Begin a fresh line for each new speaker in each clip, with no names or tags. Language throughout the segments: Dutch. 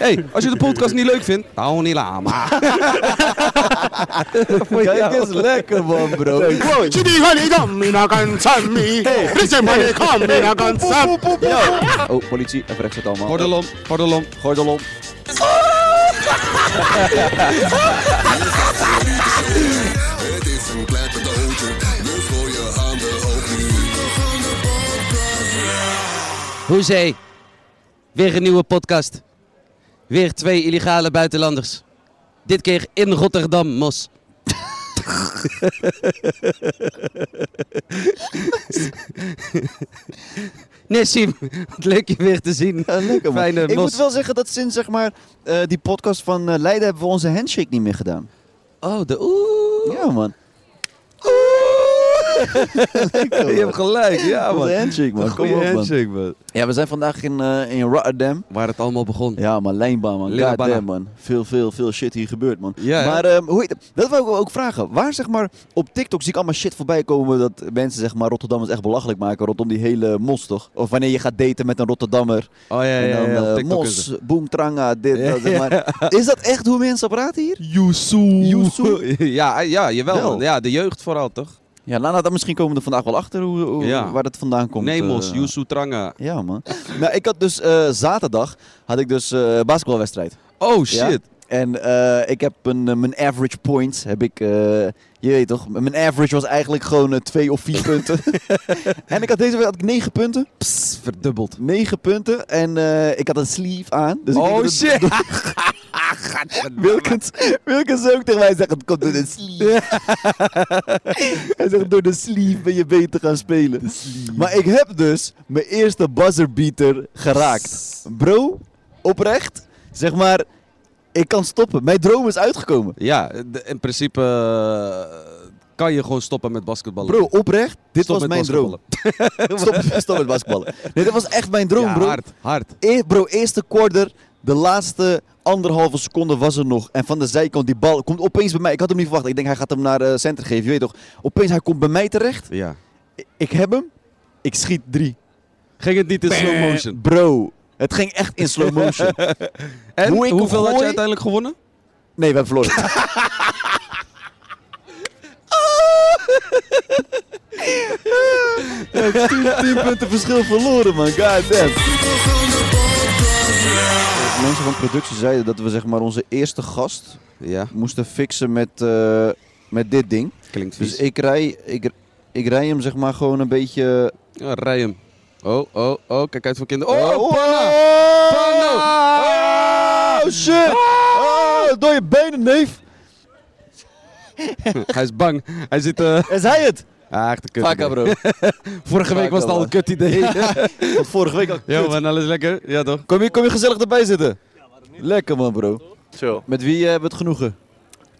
Hé, hey, als je de podcast niet leuk vindt, hou niet lama.
Kijk eens lekker man, bro. Oh, politie, even rechts zitten allemaal.
Gordelom, gordelom.
Gordel om.
Het is een klein cadeautje, dus gooi je handen hoog nu.
Hoezee. Weer een nieuwe podcast. Weer twee illegale buitenlanders. Dit keer in Rotterdam, Mos. Nessim, wat leuk je weer te zien.
Ja, lekker man.
Fijne
Ik
mos.
moet wel zeggen dat sinds zeg maar, eh, die podcast van eh, Leiden hebben we onze handshake niet meer gedaan.
Oh, de oeh.
Ja man.
Je hebt gelijk, ja man.
Onze handshake man. Kom
Goeie
op man.
handshake, man.
Ja, we zijn vandaag in, eh, in Rotterdam.
Waar het allemaal begon.
Ja, maar lijnbaan, man.
Lilla
Goddamn,
Banna.
man. Veel, veel, veel shit hier gebeurt, man.
Ja, hè?
maar ehm, hoe heet het? dat wou ik ook vragen. Waar zeg maar op TikTok zie ik allemaal shit voorbij komen dat mensen zeg maar Rotterdammers echt belachelijk maken rondom die hele mos, toch? Of wanneer je gaat daten met een Rotterdammer.
Oh ja,
en
ja,
dan
ja.
eh,
op TikTok en zo.
mos, boem, tranga, dit,
Ja,
dat, zeg maar. Is dat echt hoe mensen praten hier?
Yusu. Ja, ja, jawel.
Wel.
man. Ja, de jeugd vooral, toch?
Ja, nou, nou, dan misschien komen we er vandaag wel achter hoe, hoe-
Ja.
waar dat vandaan komt.
Nemos,
eh.
Yusu Tranga.
Ja, man. nou, ik had dus eh, zaterdag had ik dus eh basketbalwedstrijd.
Oh
Ja.
shit.
En eh, ik heb een, eh, mijn average points heb ik, eh, je weet toch, mijn average was eigenlijk gewoon eh, twee of vier punten. en ik had deze week had ik negen punten.
Pss, verdubbeld.
Negen punten en eh, ik had een sleeve aan. Dus ik denk
Oh
dat-
shit.
Wilkins, Wilkins ook tegen mij zegt, het komt door de sleeve. Hij zegt, door de sleeve ben je beter gaan spelen. Maar ik heb dus mijn eerste buzzerbeater geraakt. Bro, oprecht, zeg maar, ik kan stoppen. Mijn droom is uitgekomen.
Ja, de- in principe eh, kan je gewoon stoppen met basketballen.
Bro, oprecht, dit
Stop
was
met
mijn droom. Stop, stop met basketballen. Nee, dit was echt mijn droom,
Ja,
bro.
hard, hard.
E- bro, eerste quarter, de laatste anderhalve seconde was er nog. En van de zijkant, die bal komt opeens bij mij. Ik had hem niet verwacht. Ik denk, hij gaat hem naar eh center geven. Je weet toch, opeens hij komt bij mij terecht.
Ja.
I- Ik heb hem. Ik schiet drie.
Ging het niet in slow motion?
Bro, het ging echt in slow motion.
En
Hoe ik hem
hoeveel had je
gooi?
uiteindelijk gewonnen?
Nee, we hebben verloren. Oh. Ja, 10 10 punten verschil verloren, man. God damn. Mensen van productie zeiden dat we zeg maar onze eerste gast
Ja,
moesten fixen met, eh, met dit ding.
klinkt vies.
Dus ik rij, ik, ik rij hem zeg maar gewoon een beetje...
Ja, rij hem. Oh, oh, oh, kijk uit voor kinderen. Oh,
oh,
panna!
oh,
Panna!
Oh, shit! Oh, door je benen, neef!
Hij is bang. Hij zit... eh
Is hij het?
ah, echt een kut.
Vaca, bro.
Vorige week
Vaca,
was het al
man.
een kut idee.
Want vorige week al...
ja, man, alles lekker. Ja, toch?
Kom je, kom je gezellig erbij zitten? Lekker man, bro.
Zo.
Met wie eh, hebben we het genoegen?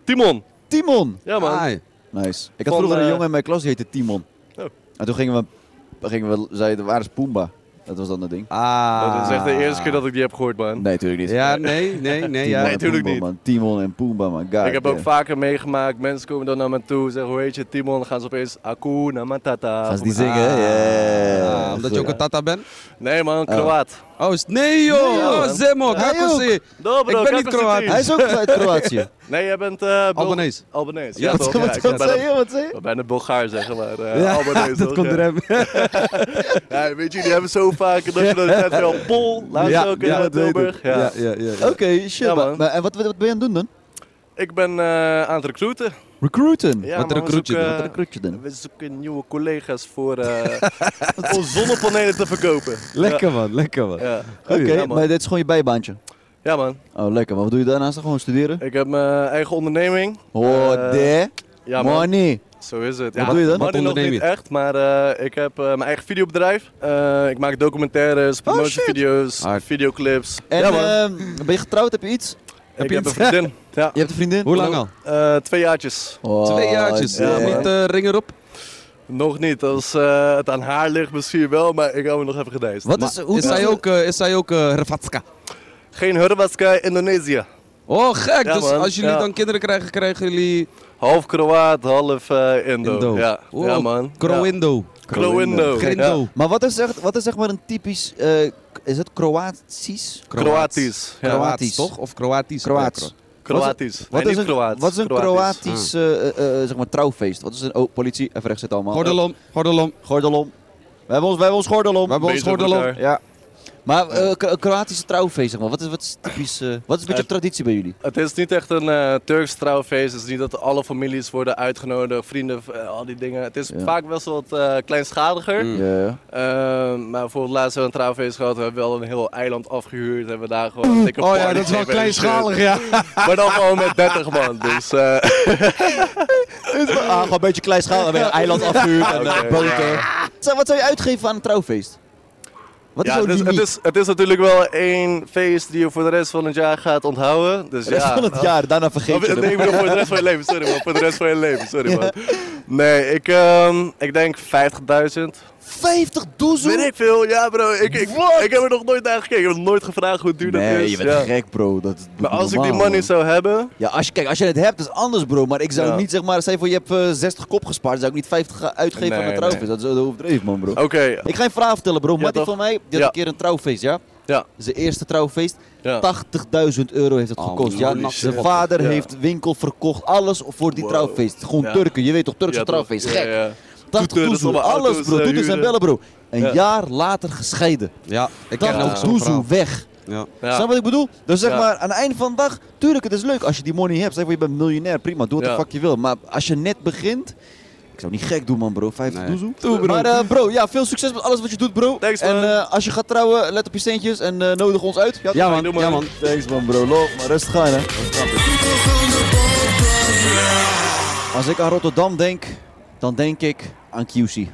Timon.
Timon!
Ja, man.
Ai.
Nice. Ik had
Van,
vroeger een
eh,
jongen in mijn klas die heette Timon.
Oh.
En toen gingen we, gingen we zeiden, waar is Pumba? Dat was dan het ding.
Ah.
Dat is echt de eerste keer dat ik die heb gehoord, man.
Nee, natuurlijk niet.
Ja, nee, nee, nee.
Timon
Ja.
en
Nee, tuurlijk
Pumba,
niet.
Man. Timon en Pumba, man. God,
Ah,
ik heb ook
damn.
vaker meegemaakt, mensen komen dan naar me toe, zeggen hoe heet je Timon, dan gaan ze opeens Akuna Matata.
Gaan ze die zingen, hè? Ja,
Ah, omdat je ook
goed.
een tata bent?
Nee man, Kroaat.
Oh, is- nee joh!
Nee, joh.
oh, Zemo,
Hij
kako
ook.
si.
Oh,
Dobro,
Ik ben niet
kako si
Kroaat.
ti?
Hij is ook uit Kroatië.
Nee, jij bent... eh, Bul-
Albanese.
Albanese,
Ja,
ja, toch?
Wat,
Ja,
wat,
ik ben
zei
bijna-
je? Wat zei je?
ik ben bijna Bulgaar, zeg maar. eh,
Ja,
Albanese,
dat
toch?
komt
Ja.
er hem.
Ja, weet je, die hebben zo vaak dat je dat net wel pol, laatst
Ja,
ook in
ja,
eh,
dat weet ik.
Tilburg. Ja.
Ja, ja, ja.
Oké, shit.
Ja, man.
maar- maar en wat, wat ben je aan het doen dan?
Ik ben eh, aan het recruiten.
Recruiten.
Ja,
Wat
maar we
recruit je
zoeken,
dan?
Wat recruit je dan?
We zoeken nieuwe collega's voor eh, om zonnepanelen te verkopen.
Lekker man, lekker man.
Ja, ja.
Oké,
Ja, man.
maar dit is gewoon je bijbaantje.
Ja, man.
Oh, lekker. Maar wat doe je daarnaast dan gewoon studeren?
Eh,
Ik heb mijn eigen onderneming.
Oh,
Eh,
de
Ja, man.
money.
Zo is het.
Wat doe je dan?
Money
Wat
nog
onderneem
niet
je?
echt, maar eh, ik heb eh, mijn eigen videobedrijf. Eh, ik maak
Oh,
documentaires, promotievideo's,
Hard.
videoclips.
En
ja, man.
ehm, ben je getrouwd? Heb je iets?
ik
je
heb een
iets?
vriendin. ja.
Je hebt een vriendin?
Hoe lang al?
Eh, twee jaartjes.
Oh,
Twee jaartjes.
damn.
ja, man.
Niet eh, ring erop.
Nog niet. Als eh, het aan haar ligt misschien wel, maar ik hou me nog even gedijst.
Wat
Maar
is, hoe
is, hij ook, eh, is hij ook eh, Hrvatska?
Geen Hurbatska, Indonesië.
Oh, gek.
Ja,
dus
man.
als jullie
Ja.
dan kinderen krijgen, krijgen jullie
Half Kroaat, half eh, Indo.
Indo.
Ja.
Oh,
ja, man.
Croindo.
Ja. Croindo.
Geen
Ja.
Do.
Maar wat is, echt, wat is zeg maar een typisch, eh, k- is het Kroatisch?
Kroatisch. Ja.
Kroatisch.
Kroatisch, toch? Of Kroatisch?
Kroats.
Ja, Kro-
Kroatisch.
Wat
Nee,
is
niet
een,
Kroaat.
wat is een
Kroatisch.
Kroatisch eh, eh, eh, zeg maar, trouwfeest? Wat is een, oh, politie, even recht zitten allemaal.
Gordelom, gordelom.
Eh, gordel om. We hebben ons, we hebben ons gordel om.
We hebben ons
Bezig met
gordelom.
elkaar.
Ja. Maar eh, K- Kroatische trouwfeest, zeg maar. Wat is, wat is typisch, eh, wat is een beetje
Eh,
traditie bij jullie?
Het is niet echt een eh, Turks trouwfeest. Het is niet dat alle families worden uitgenodigd, vrienden, eh, al die dingen. Het is
Ja. Mm.
vaak best wel wat eh, kleinschaliger.
Ja.
Ehm, maar bijvoorbeeld laatst hebben we een trouwfeest gehad. We hebben wel een heel eiland afgehuurd. Hebben we daar gewoon
Mm.
een dikke
Oh ja,
party eh.
dat is wel
gegeven en shit.
kleinschalig, ja.
Maar dan gewoon met 30 man. Dus eh,
Ah, gewoon een beetje kleinschalig. Een eiland afgehuurd en eh,
Oké.
boten. Zo, Wat zou je uitgeven aan een trouwfeest? Wat
ja, dus
is jouw
het, is, het,
limiet?
is, het is natuurlijk wel één feest die je voor de rest van het jaar gaat onthouden. Dus
De rest
ja,
van het jaar, daarna vergeet
Oh,
je
nee,
het.
ik bedoel voor de rest van je leven, sorry man. Voor de rest van je leven, sorry man. Nee, ik, ehm, ik denk 50.000.
50 doezel?
Weet ik veel, ja bro. Ik, ik, ik heb er nog nooit naar gekeken. Ik heb nog nooit gevraagd hoe duur dat
Nee,
is.
je bent
ja.
gek, bro. Dat is
Maar als ik die
normaal,
money
man.
zou hebben,
Ja, als je, kijk, als je het hebt, is anders, bro. Maar ik zou
Ja.
niet, zeg maar, zeg voor je hebt eh, 60 kop gespaard, zou ik niet 50 ga- uitgeven aan
Nee,
een trouwfeest. Dat is eh, overdreven, man, bro.
oké.
Ik ga je een verhaal vertellen, bro. Mattie
toch?
van mij, die had
Ja.
een keer een trouwfeest, ja?
Ja.
Zijn eerste trouwfeest.
Ja.
80.000 euro heeft het
Oh,
gekost,
holy
ja?
shit.
Zijn vader
Ja.
heeft winkel verkocht, alles voor die
Wow.
trouwfeest. Gewoon
Ja.
Turken, je weet toch, Turkse
Ja, toch?
trouwfeest,
Ja,
gek.
ja.
80
Toeteren,
doezoe,
allemaal
alles,
auto's,
bro.
eh,
Toeters en
huren.
bellen, bro. Een
Ja.
jaar later gescheiden.
Ja, ik ken ook
80
zo'n
doezoe,
verhaal.
weg.
Ja.
Ja.
Snap je wat ik bedoel? Dus zeg
Ja.
maar, aan het einde van de dag, tuurlijk, het is leuk als je die money hebt. Zeg maar, je bent miljonair, prima, doe wat de
Ja.
fuck je wil. Maar als je net begint, ik zou niet gek doen man bro, 50
Nee.
doezoe.
Doe, bro.
Maar eh, bro, ja, veel succes met alles wat je doet bro.
Thanks,
en
man.
eh, als je gaat trouwen, let op je centjes en eh, nodig ons uit.
Ja,
doe
man.
maar.
Ja, man.
Thanks man bro, love, maar rustig aan hè. Als ik aan Rotterdam denk, dan denk ik aan QC. Maar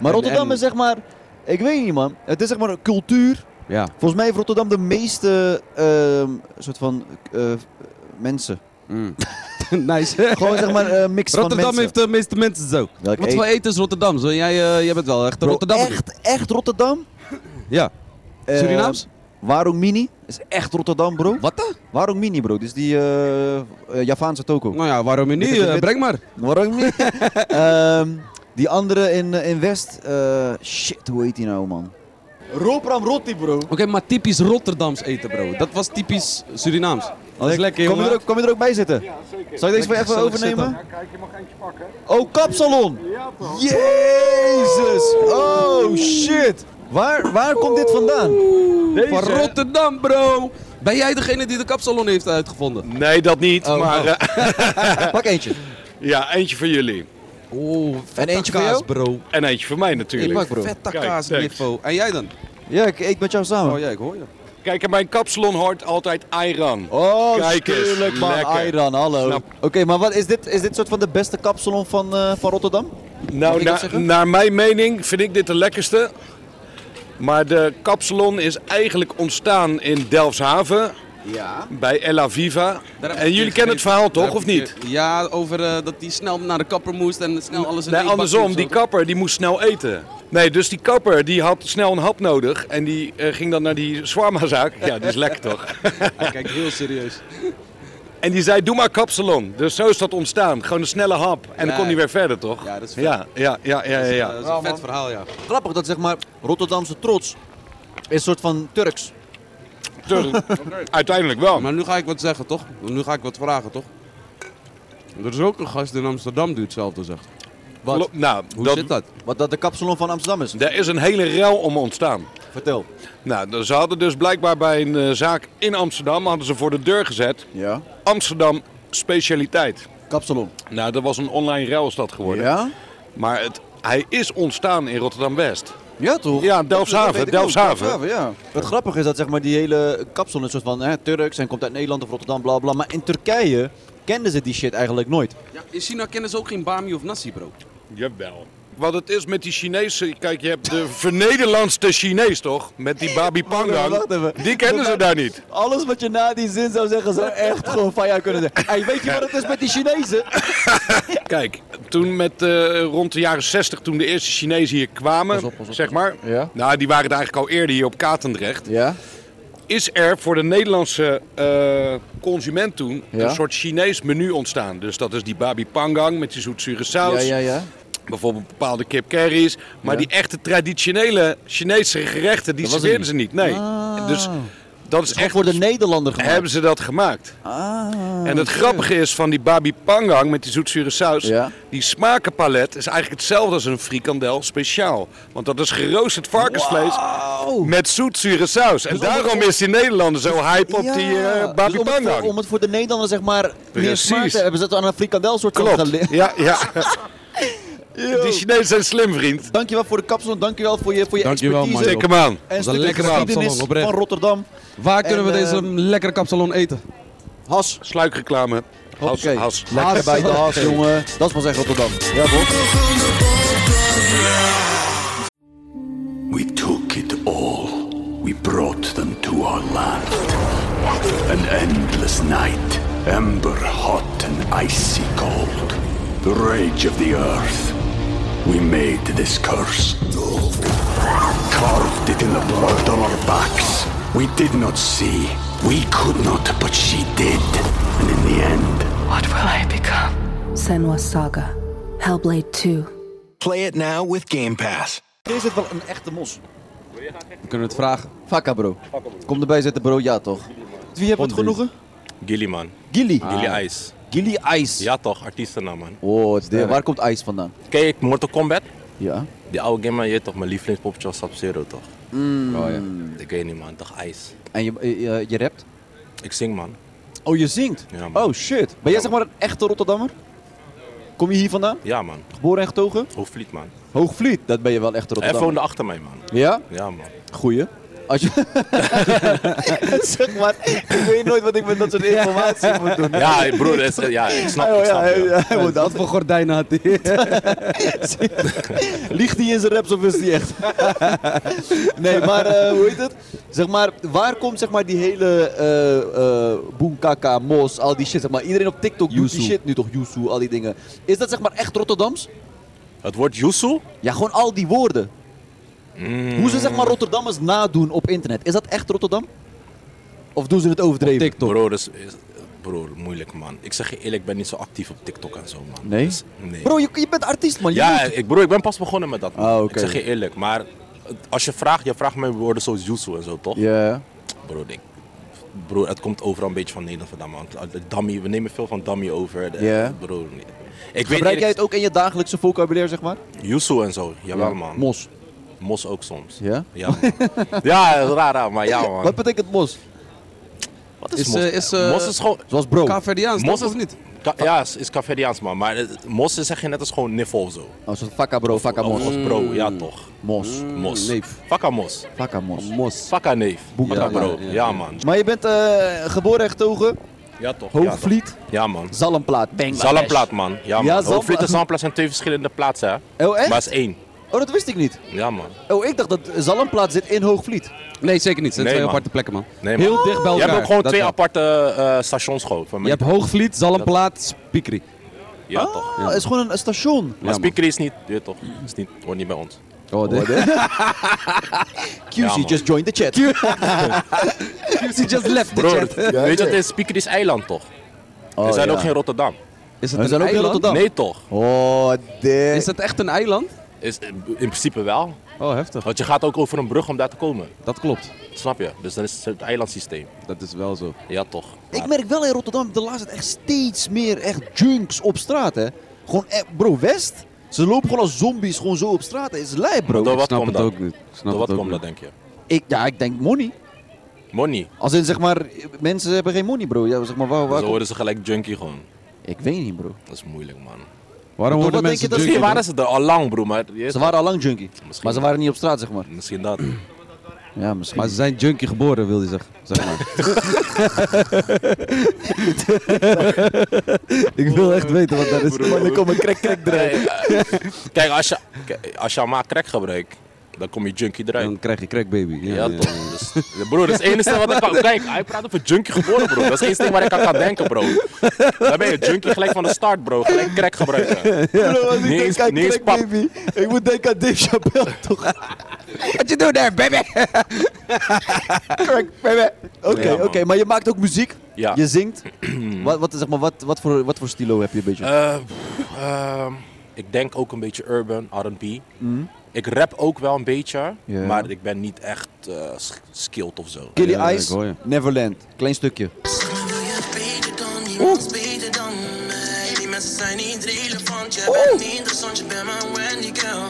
En-
Rotterdam
en-
is zeg maar, ik weet niet man, het is zeg maar een cultuur.
Ja.
Volgens mij heeft Rotterdam de meeste ehm, soort van eh, mensen.
Mm. nice.
Gewoon zeg maar een mix
Rotterdam
van mensen.
heeft eh, de meeste mensen zo.
Welk
Wat
eten?
voor eten is Rotterdam? Zo, jij, eh, jij bent wel echt een
Bro,
Rotterdammer.
Echt, echt Rotterdam.
Ja.
Eh,
Surinaams?
Warung Mini is echt Rotterdam, bro.
Wat dan?
Warung Mini, bro. Dit is die eh, eh, Javaanse toko.
Nou ja, waarom niet?
Dit is
Eh,
wit.
breng maar.
Warung Mini. Ehm, die andere in, eh, in West. eh, shit, hoe heet die nou, man? Ropram Rotti, bro.
Oké, maar typisch Rotterdams eten, bro. Dat was typisch Surinaams. Dat is lekker,
kom je,
jongen.
er ook, kom je er ook bij zitten? Zal ik deze voor je even
gezellig
overnemen? Oh, kapsalon! Jezus! Oh, shit! Waar, waar komt dit vandaan?
Van Rotterdam, bro. Ben jij degene die de kapsalon heeft uitgevonden?
Nee, dat niet.
Oh,
maar eh,
Pak eentje.
ja, eentje voor jullie.
Oh,
En eentje voor
kaas,
jou?
bro.
En eentje voor mij
Ik
natuurlijk.
maak
bro.
vette
Kijk,
kaas,
thanks.
Niffo. En jij dan?
Ja, ik eet met jou samen.
Oh ja, ik hoor je.
Kijk, en mijn kapsalon hoort altijd Iran.
Oh,
Kijk eens,
tuurlijk man,
lekker.
Ayran, hallo.
Snap.
Oké, maar wat is dit? Is dit soort van de beste kapsalon van, eh, van Rotterdam? mag
nou,
ik
na-
dat zeggen?
naar mijn mening vind ik dit de lekkerste. Maar de kapsalon is eigenlijk ontstaan in Delfshaven.
Ja.
Bij Ella Viva. En eh,
dus
jullie kennen het verhaal toch, of niet?
Ja, over eh, dat hij snel naar de kapper moest en snel alles in
Nee,
één bak
andersom,
moest,
die
zo.
kapper die moest snel eten. Nee, dus die kapper die had snel een hap nodig en die eh, ging dan naar die shawarmazaak. Ja, die is lekker toch?
Hij kijkt heel serieus.
En die zei, doe maar kapsalon. Dus zo is dat ontstaan. Gewoon een snelle hap. En
Ja.
dan kon hij weer verder, toch?
Ja, dat is vet.
Ja, ja, ja, ja, ja.
Eh, dat is een vet verhaal, ja.
Grappig dat zeg maar Rotterdamse trots Is een soort van Turks.
Dus, eh, Uiteindelijk wel.
Oh, Maar nu ga ik wat zeggen, toch? Nu ga ik wat vragen, toch? Er is ook een gast in Amsterdam die hetzelfde zegt.
Lo- Nou,
Hoe
dat,
zit dat?
Wat dat de kapsalon van Amsterdam is.
Daar is een hele rel om ontstaan.
Vertel.
Nou, ze hadden dus blijkbaar bij een eh, zaak in Amsterdam, hadden ze voor de deur gezet,
Ja.
Amsterdam specialiteit.
Kapsalon.
Nou, dat was een online rel is dat geworden.
Ja?
Maar het, hij is ontstaan in Rotterdam-West.
Ja, toch?
Ja,
Dat weet
Delfshaven,
ik ook.
Delfshaven.
ja.
Het grappige is dat zeg maar, die hele kapsalon een soort van hè, Turks en komt uit Nederland of Rotterdam, bla bla. Maar in Turkije kenden ze die shit eigenlijk nooit.
Ja, in China kennen ze ook geen bami of nasi, bro.
Jawel. Wat het is met die Chinezen, kijk, je hebt de vernederlandste Chinees toch? Met die Babi Pangang.
Wacht even.
Die kennen ze daar niet.
Alles wat je na die zin zou zeggen, zou echt gewoon van jou kunnen zeggen. Hey, weet je wat het is met die Chinezen?
Kijk, toen met eh, rond de jaren 60, toen de eerste Chinezen hier kwamen, zeg maar.
Ja.
Nou, die waren er eigenlijk al eerder hier op Katendrecht.
Ja?
is er voor de Nederlandse eh, consument toen
Ja.
een soort Chinees menu ontstaan. Dus dat is die babi pangang met die zoetzure
Ja,
saus.
ja, ja.
Bijvoorbeeld bepaalde kip curry's. Maar die echte traditionele Chinese gerechten, die
was
serveerden
er
ze niet. Nee. Dus dat is echt...
Voor de Nederlander gemaakt.
Hebben ze dat gemaakt.
Ah,
en het grappige is van die babi pangang met die zoetzure saus.
Ja.
Die smakenpalet is eigenlijk hetzelfde als een frikandel speciaal. Want dat is geroosterd varkensvlees met zoetzure saus. En daarom is die Nederlander zo hype op
Dus Ja.
die eh babi
Dus om, het voor,
pangang.
om het voor de Nederlander zeg maar meer
Precies.
smaak te hebben, ze het aan een frikandel soort van
Klopt.
gele-
Ja, ja. die Chinezen zijn slim, vriend.
Dankjewel voor de kapsalon, dankjewel voor je, voor je
Dankjewel,
expertise.
man.
Tik hem aan.
En
was
een
een
stukje
lekkere
geschiedenis
kapsalon, oprecht.
van Rotterdam.
Waar kunnen we
En, ehm,
deze lekkere kapsalon eten?
Has.
Sluikreclame. Has,
Hoppakee.
has.
Lekker bij de has, jongen. Dat is pas echt Rotterdam. Ja, toch?
We took it all. We brought them to our land. An endless night, ember hot and icy cold. The rage of the earth. We made this curse. Carved it in the blood on our backs. We did not see. We could not, but she did. And in the end,
What will I become? Senwa Saga. Hellblade 2.
Play it now with Game Pass.
Is het wel een echte mos?
We kunnen het vragen.
Fakka, bro. Kom erbij zitten, bro. Ja, toch? Wie hebben het genoegen?
Gilly, man.
Gilly.
Gilly Ice.
Gilly Ice.
Ja toch, artiestennaam, man.
Oh, het is de- waar komt Ice vandaan?
Kijk, Mortal Kombat.
Ja.
Die oude game, man, je weet toch, mijn lievelingspoppetje was Sub-Zero, toch?
Oh, ja.
Mm.
Ik weet niet, man. Toch Ice.
En je, eh, eh, je rapt?
Ik zing, man.
Oh, je zingt?
Ja, man.
oh, shit. Ben jij zeg maar een echte Rotterdammer? Kom je hier vandaan?
Ja, man.
Geboren en getogen?
Hoofdvliet, man.
Hoogvliet, dat ben je wel een echte
Hij
Rotterdammer.
woonde achter mij, man.
Ja?
Ja, man.
Goeie. Als je... zeg maar, ik weet nooit wat ik met dat soort informatie moet doen.
Ja, broer, dat is- ja, ik snap,
Oh,
ik
ja,
snap.
hij,
ja.
hij wordt
Wat voor gordijnen had hij?
Liegt hij in zijn raps of is hij echt? nee, maar eh, hoe heet het? Zeg maar, waar komt zeg maar die hele eh eh Boenkaka, Mos, al die shit? Zeg maar, iedereen op TikTok doet die
Yuzu.
shit nu toch, Yuzu, al die dingen. Is dat zeg maar echt Rotterdams?
Het woord Yusu?
Ja, gewoon al die woorden.
Mm.
Hoe ze zeg maar Rotterdammers nadoen op internet. Is dat echt Rotterdam? Of doen ze het overdreven?
TikTok.
Broer, is, is- broer, moeilijk, man. Ik zeg je eerlijk, ik ben niet zo actief op TikTok en zo, man.
Nee?
Dus, nee.
Bro, je, je bent artiest man. Je
ja,
moet-
ik, broer, ik ben pas begonnen met dat, man.
Ah, oké.
Ik zeg je eerlijk, maar het- als je vraagt, je vraagt mij woorden zoals Yusu en zo, toch?
Ja.
Bro, ik, broer, het komt overal een beetje van Nederland vandaan, man. De Dummy, we nemen veel van dummy over. De,
Ja.
Broer, nee. ik
Gebruik
weet
jij
niet.
het ook in je dagelijkse vocabulaire zeg maar?
Yusu en zo, jawel, man.
Mos.
Mos ook soms.
Ja?
Ja, man. ja, dat is raar, raar, maar ja, man.
Wat betekent mos?
Wat
Is,
mos?
eh, is, eh,
mos is gewoon...
Zoals bro.
Kaverdiaans,
Mos
toch,
is-
of niet?
Ka- ja, is, is Cafediaans, man. Maar eh, mos is zeg je net als gewoon niffel zo.
Oh, zo'n fakka bro, fakka
Of-
mos.
Of bro, ja toch.
Mos.
Mos.
neef.
Fakka mos.
Fakka mos.
Mos.
Fakka neef.
Boeka,
Fakka
ja,
bro.
ja, ja.
Ja, man.
Maar je bent eh, geboren en getogen,
Ja toch. ja, toch.
Hoogvliet,
Ja, man.
Zalmplaat, Bangladesh.
Zalmplaat, man. Ja,
Ja,
man.
Zalm-
Hoogvliet en Zalmplaat zijn twee verschillende plaatsen, hè.
Oh, echt?
Maar het is één.
Oh, dat wist ik niet.
Ja, man.
Oh, ik dacht dat Zalmplaat zit in Hoogvliet.
Nee, zeker niet. Het zijn
Nee,
twee
man.
aparte plekken, man.
Nee, man.
Heel dicht bij elkaar.
Je hebt ook gewoon
dat
twee
wel.
aparte eh, stations gewoon. van
Je hebt Hoogvliet, Zalmplaat, Piekri.
Ja, toch.
Ah, het is gewoon een station.
Maar
Ja, man.
Speaker is niet, je weet toch, is niet, hoort niet bij ons.
Oh, de-
QC,
Ja, man.
just joined the chat.
He just left the
Broer,
chat.
weet je, dat is Speaker is eiland toch? er zijn
Oh, ja.
ook geen Rotterdam.
Is
We
het
zijn
een
ook in
eiland?
Rotterdam.
Nee toch?
Oh, de...
Is het echt een eiland?
Is, in principe wel.
Oh, heftig.
Want je gaat ook over een brug om daar te komen.
Dat klopt.
Snap je? Dus dan is het eilandsysteem.
Dat is wel zo.
Ja, toch.
Ik merk wel in Rotterdam de laatste tijd echt steeds meer echt junks op straat, hè. Gewoon, echt- bro, West? Ze lopen gewoon als zombies gewoon zo op straat. hè. is lijp, bro.
Door wat komt dat?
snap
Door
het
wat
ook
komt
niet.
dat, denk je?
Ik, ja, ik denk money.
Money.
Als in, zeg maar, mensen hebben geen money, bro. Ja, zeg maar, waar, waar
Zo
komt-
worden ze gelijk junkie gewoon.
Ik weet niet, bro.
Dat is moeilijk, man.
Waarom worden wat mensen denk je dat- junkie,
Misschien waren ze
bro?
er al lang, bro. Maar
Ze waren al lang junkie. maar
wel.
ze waren niet op straat, zeg maar.
Misschien dat.
Ja, misschien.
Maar ze zijn junkie geboren, wil je zeggen. Zeg maar.
ik wil echt weten wat dat is. Maar dan komt een krek krek eruit.
eh, Kijk, als je, k- als je maar crack gebruikt, dan kom je junkie eruit.
Dan krijg je crackbaby. Ja,
Ja, toch. Dus, broer, dat is het enige wat ik kan... Kijk, hij praat over junkie geboren, bro. Dat is het enige waar ik aan kan denken, bro. Dan ben je junkie gelijk van de start, bro. Gelijk crack gebruiken.
Bro, als ik
Niet eens-
denk aan
niet eens
Crack Baby, ik moet denken aan Dave Chappelle, toch? Wat je doet daar, baby? Crack Baby. Oké,
Ja, man.
oké, maar je maakt ook muziek.
Ja.
Je zingt. wat, wat, zeg maar, wat, wat, voor, wat voor stilo heb je een beetje?
Eh, pff, ehm, ik denk ook een beetje urban, R&B.
Mhm.
Ik rap ook wel een beetje,
Ja.
maar ik ben niet echt eh, sk- skilled of zo.
Killy Ice, Neverland. Klein stukje.
Niemand beter dan mij. Die mensen zijn niet relevant. Jij bent niet interessant, je bent mijn Wendy girl.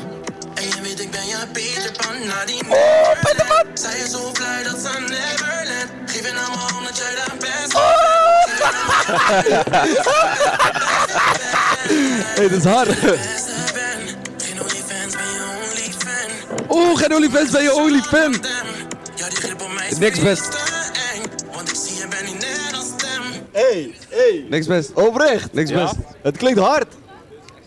En je weet, ik ben je
Oh,
Peter Pan, na die Neverland. Zij is zo blij dat ze aan Neverland. Geef je nou maar om dat jij daar bent.
Hé, dat is hard.
Oeh, geen olifant bij je olifant. Niks best.
Hey, hey.
Niks best.
Oprecht.
Niks
Ja?
best.
Het klinkt hard.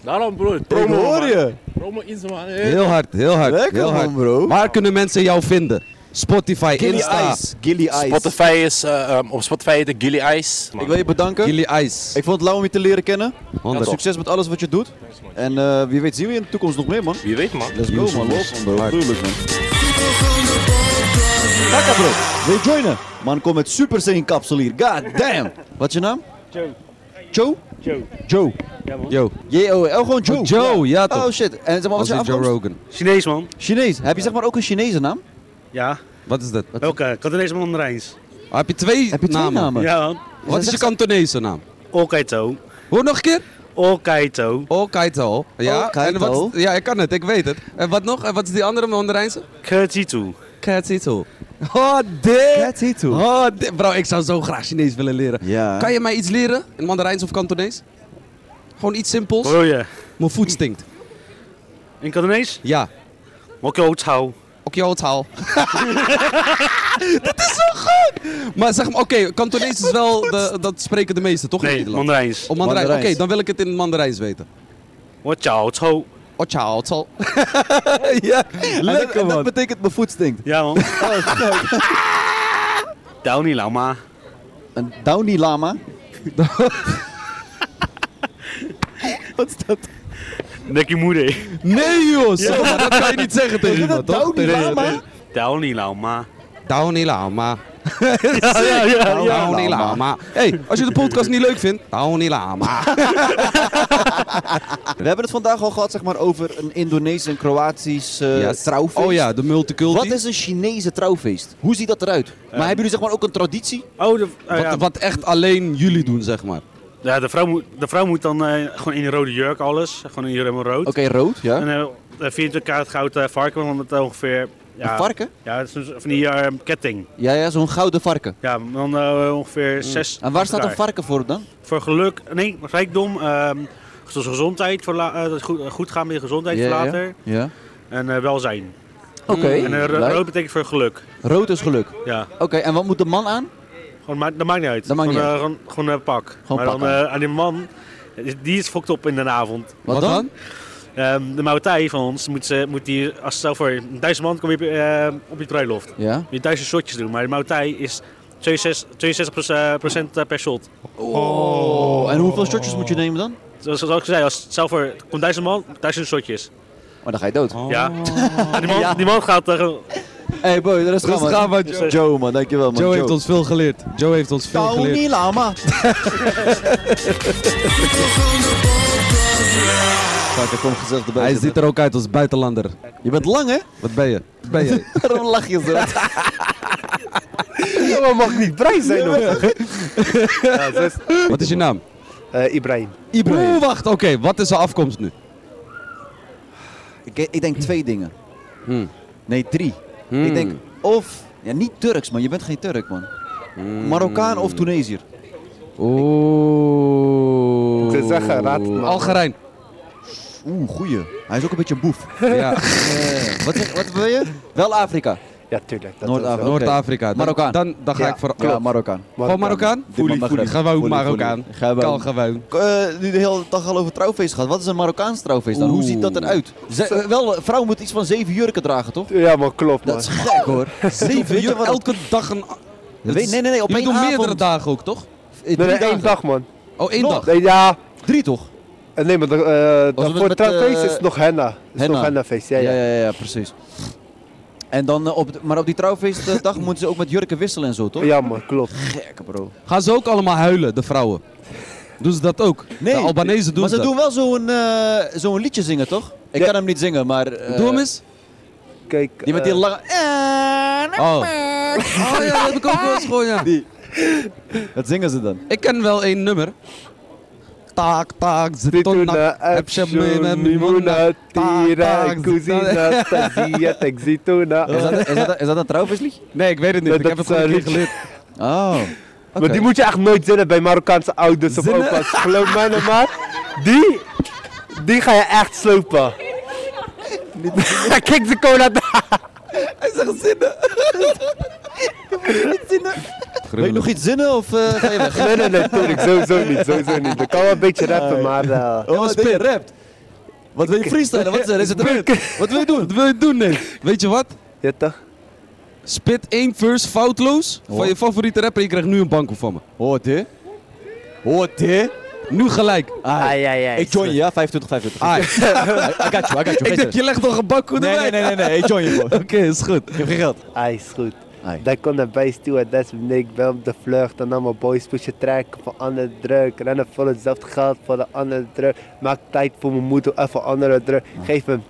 Daarom, broer.
Ik
Promo,
hoor
man.
je.
Promo in zijn man.
Heel hard, heel hard.
Lekker,
heel hard.
man, bro.
Waar kunnen mensen jou vinden? Spotify,
Gilly
Insta.
Ice. Gilly Ice.
Spotify is, eh, ehm, op Spotify heet het Gilly Ice.
Ik wil je bedanken.
Gilly Ice.
Ik vond het lauw om je te leren kennen.
Honderd.
Succes met alles wat je doet. En eh, wie weet zien we je in de toekomst nog meer, man.
Wie weet, man.
Let's go, man. Los, man. bro. Tuurlijk, man. Lekker, bro. Wil je joinen? Man, kom met Super Saiyan kapsel hier. God damn. Wat is je naam?
Joe.
Joe?
Joe.
Joe.
Ja, man.
Yo.
J-O. Oh, gewoon Joe.
Oh, Joe, ja, toch.
Oh, shit. En zeg maar, wat
Als
is je
die Joe
afkomst?
Rogan.
Chinees, man.
Chinees. Heb je zeg maar ook een Chinese naam?
Ja.
Wat is dat?
Welke? Kantonese Mandarijns.
Ah, heb je twee
Heb je twee
namen?
namen? Ja, man.
Wat is je Kantonese naam?
Okaito.
Hoe nog een keer?
Okaito.
Okaito. Oh, Ja, en wat, ja, ik kan het, ik weet het. En wat nog? En wat is die andere Mandarijnse?
Katsitu.
Katsitu. Oh, dit. Oh, dit. Bro, ik zou zo graag Chinees willen leren.
Ja.
Kan je mij iets leren in Mandarijns of Kantonees? Gewoon iets simpels.
Hoor je?
Mijn voet stinkt.
In Kantonees?
Ja.
Mokyo Tao.
Mokyo Tao. Dat is zo goed! Maar zeg maar, oké, Kantonees is wel, de, dat spreken de meesten toch in
Nee,
Nederland?
Mandarijns.
Oh, Mandarijns. Oké,
Mandarijns.
dan wil ik het in het Mandarijns weten.
Wat Chao Tao.
Oh, ciao, ciao. ja,
Lekker, man. Dat betekent mijn voet stinkt.
Ja, man. Downy Lama.
Een Downy Lama. Wat is dat?
Nekimure.
Nee,
Ja.
joh. zo, maar dat kan je niet zeggen tegen iemand, toch?
Downy Lama?
Downy Lama.
Downy Lama.
ja, ja, ja.
Downy Lama. hey, als je de podcast niet leuk vindt, Downy Lama.
We hebben het vandaag al gehad zeg maar, over een Indonesisch en Kroatisch eh,
Yes.
trouwfeest.
Oh ja, de multiculti.
Wat is een Chinese trouwfeest? Hoe ziet dat eruit?
Eh,
maar hebben jullie zeg maar, ook een traditie?
Oh, de, ah, ja.
Wat, wat echt alleen jullie doen, zeg maar.
Ja, de vrouw moet, de vrouw moet dan eh, gewoon in een rode jurk alles. Gewoon in helemaal rood.
Oké, rood, ja.
En eh, 24 kaart goud eh, varken, want het ongeveer... Ja,
Een varken?
Ja, het is een soort van die eh, ketting.
Ja, ja zo'n gouden varken.
Ja, dan eh,
Mm.
ongeveer zes...
En waar staat een
daar.
varken voor dan?
Voor geluk, nee, rijkdom, ehm zoals gezondheid, voor la- eh, dat is goed, goed gaan met je gezondheid
Ja,
voor
ja.
later.
Ja.
En eh, welzijn.
Oké,
En eh, ro-
leuk.
rood betekent voor geluk.
Rood is geluk.
Ja.
Oké, en wat moet de man aan?
Gewoon, ma- dat maakt niet uit.
Dat maakt
gewoon,
niet
eh, gewoon, gewoon een pak.
Gewoon
maar
pak
dan
aan.
eh, aan die man, eh, die is fokt op in de avond.
Wat Wat dan? dan?
Ehm, de Mautij van ons moet, ze, moet die, als stel voor, duizend man kom je op, je, eh, op je bruiloft.
Ja.
Moet je duizend shotjes doen, maar de Mautij is 62, 62% eh, procent per shot.
Oh. En hoeveel shotjes moet je nemen dan?
Zoals zoals ik zei, als stel voor, komt duizend man, duizend shotjes.
Maar dan ga je dood.
Ja. die, man, die man gaat eh, gewoon-
Oh. Hey boy, dat is
Rustig aan, man, Joe.
Joe man, dankjewel man.
Joe, heeft ons veel geleerd. Joe heeft ons veel
Downy
geleerd.
Lama. Fuck, er komt gezellig erbij.
Hij
zitten.
ziet er ook uit als buitenlander.
Je bent lang, hè?
Wat ben je? Wat ben je?
Waarom lach je zo? Jongen, mag niet brei zijn hoor.
Wat is je naam?
Eh,
Ibrahim.
Oeh, wacht. Oké, wat is zijn afkomst nu?
Ik, ik denk twee dingen.
Hmm.
Nee, drie. Ik denk of... Ja, niet Turks, man. Je bent geen Turk, man.
Hmm.
Marokkaan of Tunesiër.
Oeh.
Te zeggen, raad het maar.
Algerijn.
Oeh, goeie. Hij is ook een beetje een boef.
Ja.
Eh, wat, zeg- wat wil je? Wel Afrika.
Ja, tuurlijk. dat
Noord-Afrika.
is wel-
oké.
Noord-Afrika. Dan-
Marokkaan.
dan- dan ga ik voor-
Ja,
klopt.
Marokkaan.
Gewoon Marokkaan?
Dit mag
Foelie,
Maghreb.
foelie. Gewoon
Foelie, foelie.
Marokkaan. Kan gewoon.
Eh, nu de hele dag al over trouwfeest gehad. Wat is een Marokkaans trouwfeest dan? Hoe ziet dat eruit? Ze- eh, wel, een vrouw moet iets van zeven jurken dragen, toch?
Ja, maar klopt.
Dat is gek hoor.
Zeven
Weet je
uur,
wat-
elke dag een...
Weet- nee, nee, nee, op
Jullie
één
doen
avond.
meerdere dagen ook, toch?
Nee, nee, één dag, man.
Oh, één
Nog?
dag.
Nee, ja.
Drie toch?
Nee, maar de- eh, dat
het
voor
met,
het feest
eh,
is het nog henna. Is
Henna.
nog henna-feest, ja, ja.
ja, ja, precies. En dan, eh, op, de- maar op die trouwfeestdag moeten ze ook met jurken wisselen en zo, toch?
Ja, man, klopt.
Gek, bro.
Gaan ze ook allemaal huilen, de vrouwen? Doen ze dat ook?
Nee,
de Albanese doen
maar ze
dat.
doen wel zo'n eh, zo'n liedje zingen, toch? Ik kan hem niet zingen, maar... eh,
Doe hem eens.
Kijk.
Die met die
eh,
lange...
Oh. oh ja, dat heb ik ook wel eens gehoord, ja.
Wat zingen ze dan?
Ik ken wel één nummer. Taak, taak, zitona, heb je me met mimuna,
Tira, cousina, tazia, texitona.
Is dat, is dat, is dat een trouwfeestlied?
Nee, ik weet het niet.
Dat-
ik heb
dat
het gewoon een
is,
keer
eh,
geleerd.
Oh.
Maar die moet je echt nooit zinnen bij Marokkaanse ouders of opa's. Geloof mij nou maar. Die, die ga je echt slopen. Kijk de cola daar.
Hij zegt zinnen. zinnen. Wil je nog iets zinnen of eh, ga je weg?
Nee, nee, nee, sorry, sowieso niet, sowieso niet. Ik kan wel een beetje rappen, maar... eh,
Oh, wat ben je rapt? Wat wil je freestylen? Wat is er? Is het een Wat wil je doen?
Wat wil je doen, nee? Weet je wat?
Ja, toch?
Spit één verse foutloos van je favoriete rapper en je krijgt nu een banko van me.
Hoort hè? Hoort hè?
Nu gelijk.
Ai, ai, ai.
Ik join je, Ah, ja? 25, 25.
Ai.
I got you, I got you.
Ah. Ik denk, je legt nog een banko
Nee,
erbij.
nee, nee, nee, nee. Ik join je gewoon.
Oké, is goed.
Ik heb geen geld.
Ai, is goed. Dan komt naar bij toe en dat is nee, ik ben op de vlucht. En allemaal boys pushen trekken voor andere druk. Rennen voor hetzelfde geld voor de andere druk. Maak tijd voor mijn moeder en voor andere druk. Geef hem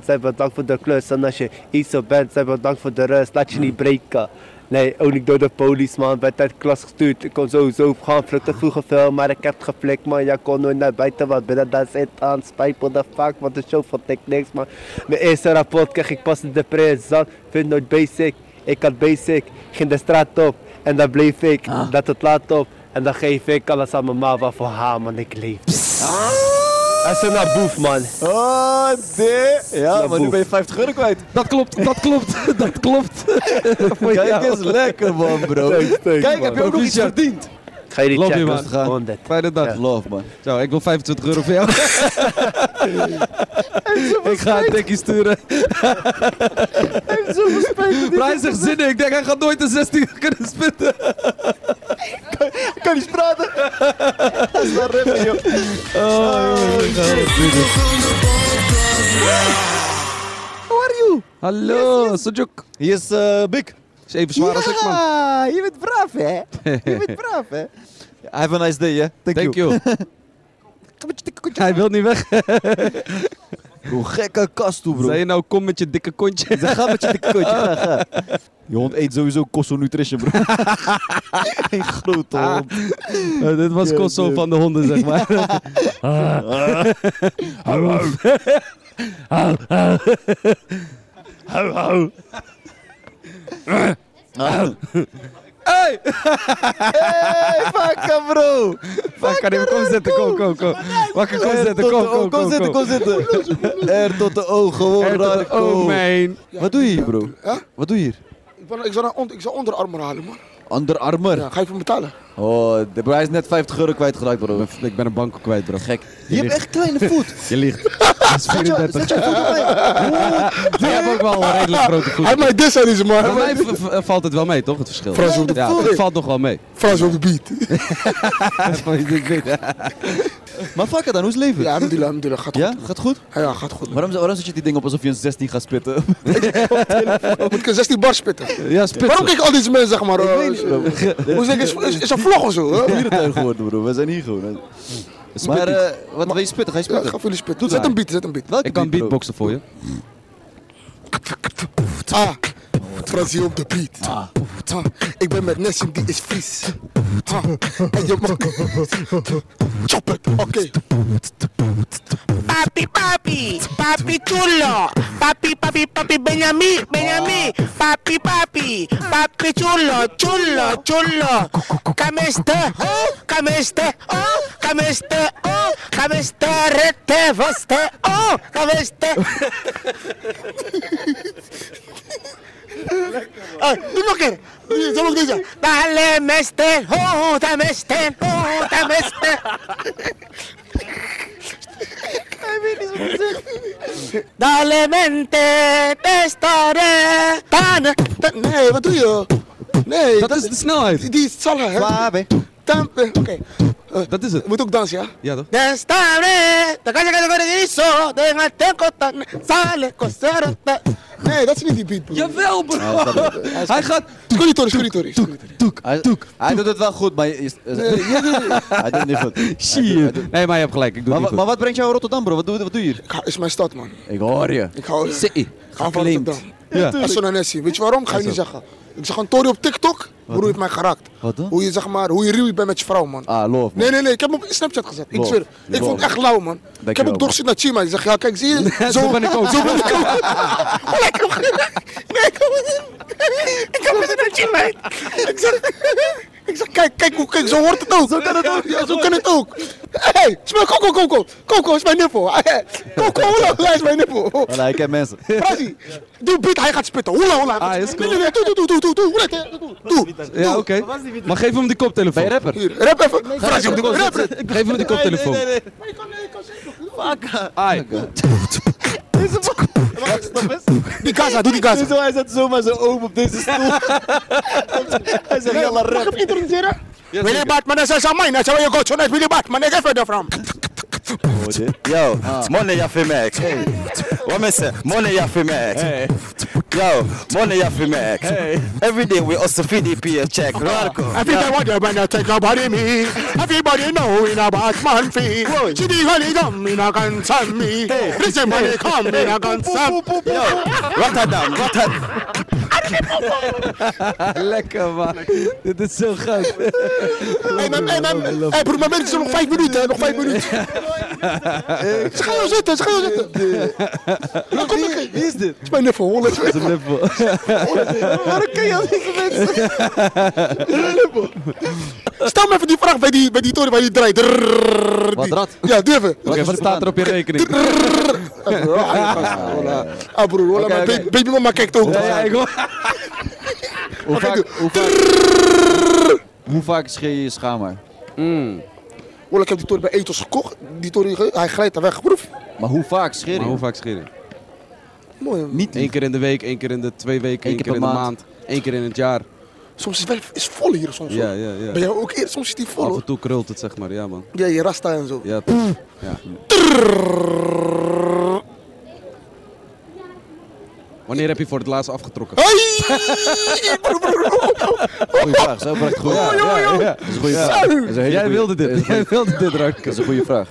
10%, zij bedankt voor de klus. En als je iets zo bent, zij bedankt voor de rust. Laat je niet breken. Nee, ook niet door de police man, bij tijd klas gestuurd. Ik kon sowieso gaan vluchten vroeger veel, maar ik heb het geflikt man. Ja, kon nooit naar buiten, want binnen daar zit aan. Spijt me de fuck, want de show vond ik niks man. Mijn eerste rapport kreeg ik pas in de present. Vind nooit basic, ik had basic, ging de straat op en daar bleef ik,
Ah.
dat het laat op. En dan geef ik alles aan mijn mama voor haar, man, ik leef. En zo naar boef, man.
Oh, de. Ja,
Nou,
maar nu
boef.
ben je 50 euro kwijt.
Dat klopt, dat klopt, dat klopt.
Kijk eens, lekker man, bro.
Thanks, thanks,
Kijk, heb je
man.
ook nog iets
Proficiat.
verdiend?
Ga je die
Love
checken?
you, man.
rustig aan. 100.
Fijne dag.
Love, man.
Zo, ik wil 25 euro voor jou. ik ga een tikkie sturen. Maar hij zegt zin in. Ik denk, hij gaat nooit een 16 kunnen spitten.
Ik kan niet praten. Dat is wel rappen, joh. How are you?
Hallo, Sojuk.
Hier is eh, Big.
Is even zwaar als ik, man.
Ja, je bent braaf, hè? Je bent braaf, hè? Have a nice day, hè? Thank,
Thank you. hij wil niet weg.
Hoe gekke kast toe, bro.
Zei je nou, kom met je dikke kontje.
Ze gaan met je dikke kotje. Ga, ga. Je hond eet sowieso Kosso Nutrition, bro. Een grote hond.
Eh, dit was
Ja,
Kosso
dude.
van de honden, zeg maar. Ah. Au, au. Hey!
Hey, vakken, bro!
Wakker, even kom zitten, kom, kom, kom. Wakker, kom zitten,
oh,
kom, kom,
Kom zitten, kom zitten. Er tot de oog, gewoon
Er tot de
raar.
oog, mijn.
Wat doe je hier, bro?
Ja?
Wat doe je hier?
Ik, ben, ik, zou, een onder, ik zou onderarmen halen, man.
Anderarmer.
Ja, ga je voor betalen?
Oh, de, bro, hij is net 50 euro kwijtgeraakt, bro.
Ik ben, ik ben een banko kwijt, bro.
Gek.
Je
Je, hebt
ligt.
echt kleine voet.
Je liegt. Dat is
Zet je,
34.
zet je voet op mij.
Jij hebt ook wel een redelijk grote voet.
Hij maakt dit aan deze man.
Bij mij v- v- valt het wel mee, toch? Het verschil.
Frans op de
ja,
voet.
het valt nog wel mee.
Frans op de beat.
Van je dik been.
Maar fuck het dan, hoe is het leven?
Ja, alhamdulillah, alhamdulillah. Gaat
Ja,
goed.
gaat goed?
Ja, ja, gaat goed.
Waarom, waarom zet je die ding op alsof je een 16 gaat spitten?
Moet ik een 16 bar spitten?
Ja, spitsen.
Waarom kijken al deze mensen, zeg maar? eh,
niet, bro.
Hoe zeg ik, is, is, is een vlog of zo? hè?
Dierentuin geworden, bro. We zijn hier gewoon.
Spit
Maar
niet.
eh, wat wil je spitten? Ga je spitten?
Ja, ga voor jullie spitten. Doe, zet een beat, zet een beat. Welke
ik
beat,
kan
bro?
beatboxen voor je.
Ah, Fransie op de beat. Ah, ik ben met Nessim, die is Fries. Ah, en je mag... Chop it, oké.
Papi, papi, papi chulo, papi, papi, papi, Benjamín, Benjamín, papi, papi, papi chulo, chulo, chulo. Kameste, oh, kameste, oh, kameste, oh, kameste, rete, vaste, oh, kameste. Ah, doe nog een keer. Doe nog deze. Dale, meste, oh, da meste, oh, da meste. Dale mente, testaré. Tan, tan, eh, nee, wat doe je?
Nee,
dat, is de snelheid.
Die is zalig, hè?
Suave.
Tamp- eh, Oké.
dat is het.
Moet ook dansen, ja?
Ja, toch?
Testaré. De casa que te corrizo, déjate cotan, sale, cosera.
eh. Nee, dat is niet die beat, bro.
Jawel, bro.
Hij
gaat...
Scurritori, scurritori.
Ah,
Hij, hij doet het wel goed, maar... je- je- hij doet het niet goed.
Shit. Nee, maar je hebt gelijk. Ik doe
Maar,
het niet
wa-
goed.
maar wat brengt jou in Rotterdam, bro? Wat doe, wat doe je hier?
Het is mijn stad, man.
Ik hoor je.
Ik hou
City.
Ik hou van Rotterdam.
Ja.
Ja. Asonanesi. Weet je waarom? Ga je niet zeggen. Ik zag een tory op TikTok. Hoe je het mij geraakt.
Wat dan?
Hoe je zeg maar, hoe je ruw bent met je vrouw, man.
Ah, love, man.
Nee, nee, nee. Ik heb hem op Snapchat gezet. Ik
Love.
zweer. Ik
Love.
vond het echt lauw, man. ik heb
wel,
ook doorgezien naar Chima. Ik zeg, ja, kijk, zie je?
Zo ben ik ook.
Zo ben ik ook. Maar ik heb hem- Nee, ik heb hem- Ik heb hem naar Chima. Ik zeg... Ik zeg, kijk, kijk, hoe- kijk, zo hoort het ook. Zo kan het ook. Ja, zo kan het ook. hey, smel Coco, Coco. Coco is mijn nippel. Hey, Coco, hola, hola, is mijn nippel.
Voilà, ik ken mensen.
Frazi, doe beat, hij gaat spitten. Hoela, hoela. Ah, is cool. Nee, nee, nee, doe, doe, doe, doe, doe, hoela, doe, doe, doe.
Ja, oké. Maar geef hem die koptelefoon. Ben rapper?
Hier, Rap even. Frazi op de
Kom,
rap.
zet- zet- Geef hem die koptelefoon.
Nee, nee,
Ai.
Die Gaza, doe die Gaza.
Hij zet zomaar zijn oom op deze stoel. hij zegt,
Nee,
jalla
Mag ik
rap.
hem introduceren? Willy Batman is als mijn, dat zou je goed zo net Willy Batman, ik even ervan.
Yo, money ja voor mij. Wat mensen, money ja voor mij. Yo, money ja voor mij. Every day we also VDP a check. Rarko.
I think I want you when I take nobody me. Everybody know in a Batman fee. She the holy gum in a gun some me. Listen when they come in a gun some.
Rotterdam, Rotterdam.
Lekker man. Dit is zo goud.
Hey, mijn- hey, mijn- hey, broer, mijn mensen zijn nog vijf minuten, hè, nog vijf minuten. Ze gaan jou zitten, ze gaan jou zitten. Dan kom ik.
Wie is dit?
Het is mijn niffel, hoor. Het
Dat is een lippel.
Waarom ken je al deze mensen? Stel me even die vraag bij die, bij die toren waar je draait. Drrrr,
Wat,
die-
rad?
Ja, doe even.
Oké, wat staat er op je rekening?
Ah broer, hola, mijn baby- babymama kijkt ook.
Ja, ja, ik hoor. Hoe
Oké,
vaak,
doe.
hoe vaak, hoe vaak scheer je je schaamhaar? Mm.
Hola, ik heb die toren bij Ethos gekocht. Die toren, ge- hij glijdt daar weg. Proef.
Maar hoe vaak scheer
Maar
je?
hoe vaak scheren?
Mooi. man.
Niet
Eén keer in de week, één keer in de twee weken, één
Eén
keer,
keer
in
per
de
maand.
maand, één keer in het jaar.
Soms is wel is vol hier soms.
Ja,
hoor.
ja, ja.
Ben jij ook eer? Soms is die vol.
Af
hoor.
en toe krult het zeg maar, ja man.
Ja, je rasta en zo.
Ja, toch. ja. Wanneer heb je voor het laatst afgetrokken?
Goeie vraag, zo brengt goed. Ja, ja, ja. Dat is een goede
Ja.
vraag. Dat is een hele
Jij
goeie-
wilde
dat is
dit,
een
jij
goeie-
wilde dit ruiken.
Dat is een goede vraag.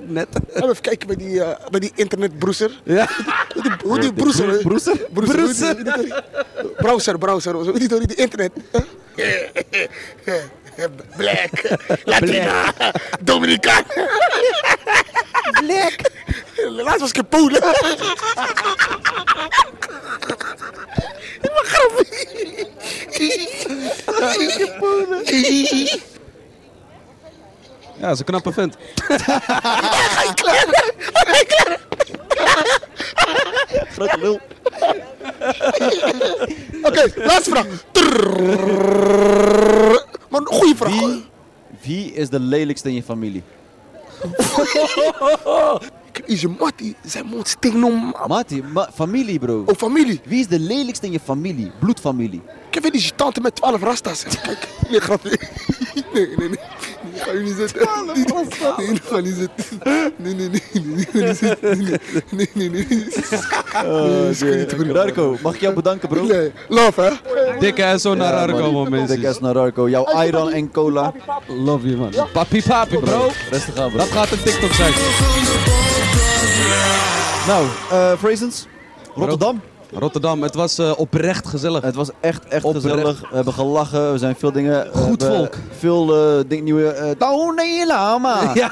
Net.
Even kijken bij die, eh, bij die internetbroeser.
Ja.
Hoe die, hoe die broeser. hè?
Broeser?
Broeser. hoe die- hoe die- hoe die- Browser, browser. of zo. Hoe die door die internet. hè? Black. Latina. Dominicaan. Black. Laatst was ik in Polen. Ik mag grappig. Ik in Polen.
Ja, dat is een knappe vent.
Ga je klaar? Ga je klaar?
Grote lul.
Oké, laatste vraag. Trrrr. Maar een goede vraag.
Wie is de lelijkste in je familie?
Is je mattie, zijn mond stinkt normaal.
Mati, ma- familie bro.
Oh, familie.
Wie is de lelijkste in je familie? Bloedfamilie.
Ik heb weer die tante met 12 rastas. Kijk, nee, grapje. Nee, nee, nee. Ga jullie zitten. Nee, nee, ga niet zitten. Nee, nee, nee. nee, nee, ga niet zitten. Nee, nee, nee, nee, nee.
Oh, shit. Darko, mag ik jou bedanken, bro?
Love, hè?
Dikke SO naar Arco, man, mensen. Dikke SO naar Arco. Jouw Iron en cola. Love you, man. Papi, papi, bro. Rustig aan, bro. Dat gaat een TikTok zijn. Nou, eh Frazens. Rotterdam.
Rotterdam, het was eh, oprecht gezellig.
Het was echt, echt gezellig. We hebben gelachen, we zijn veel dingen. Goed
volk.
Veel eh, ding, nieuwe. eh Tony Lama! Die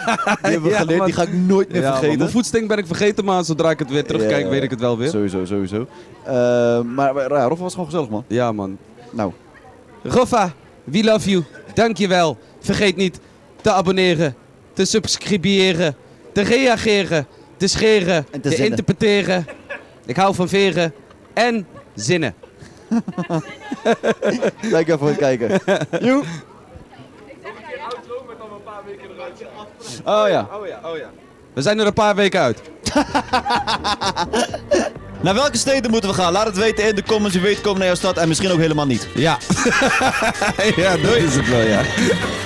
hebben we geleerd, die ga ik nooit meer vergeten.
Mijn voetsting ben ik vergeten, maar zodra ik het weer terugkijk,
Ja,
weet ik het wel weer.
Sowieso, sowieso. Eh, maar maar, ja, Rob was gewoon gezellig, man.
Ja, man.
Nou.
Rafa, we love you. Dankjewel. Vergeet niet te abonneren, te subscriberen, te reageren, te scheren, te,
zinnen.
interpreteren. Ik hou van veren en zinnen.
Dank je voor het kijken. Joe.
Oh ja.
Oh ja, oh ja.
We zijn er een paar weken uit.
Naar welke steden moeten we gaan? Laat het weten in de comments. Je weet, kom naar jouw stad en misschien ook helemaal niet.
Ja. ja,
Dat is het wel, ja.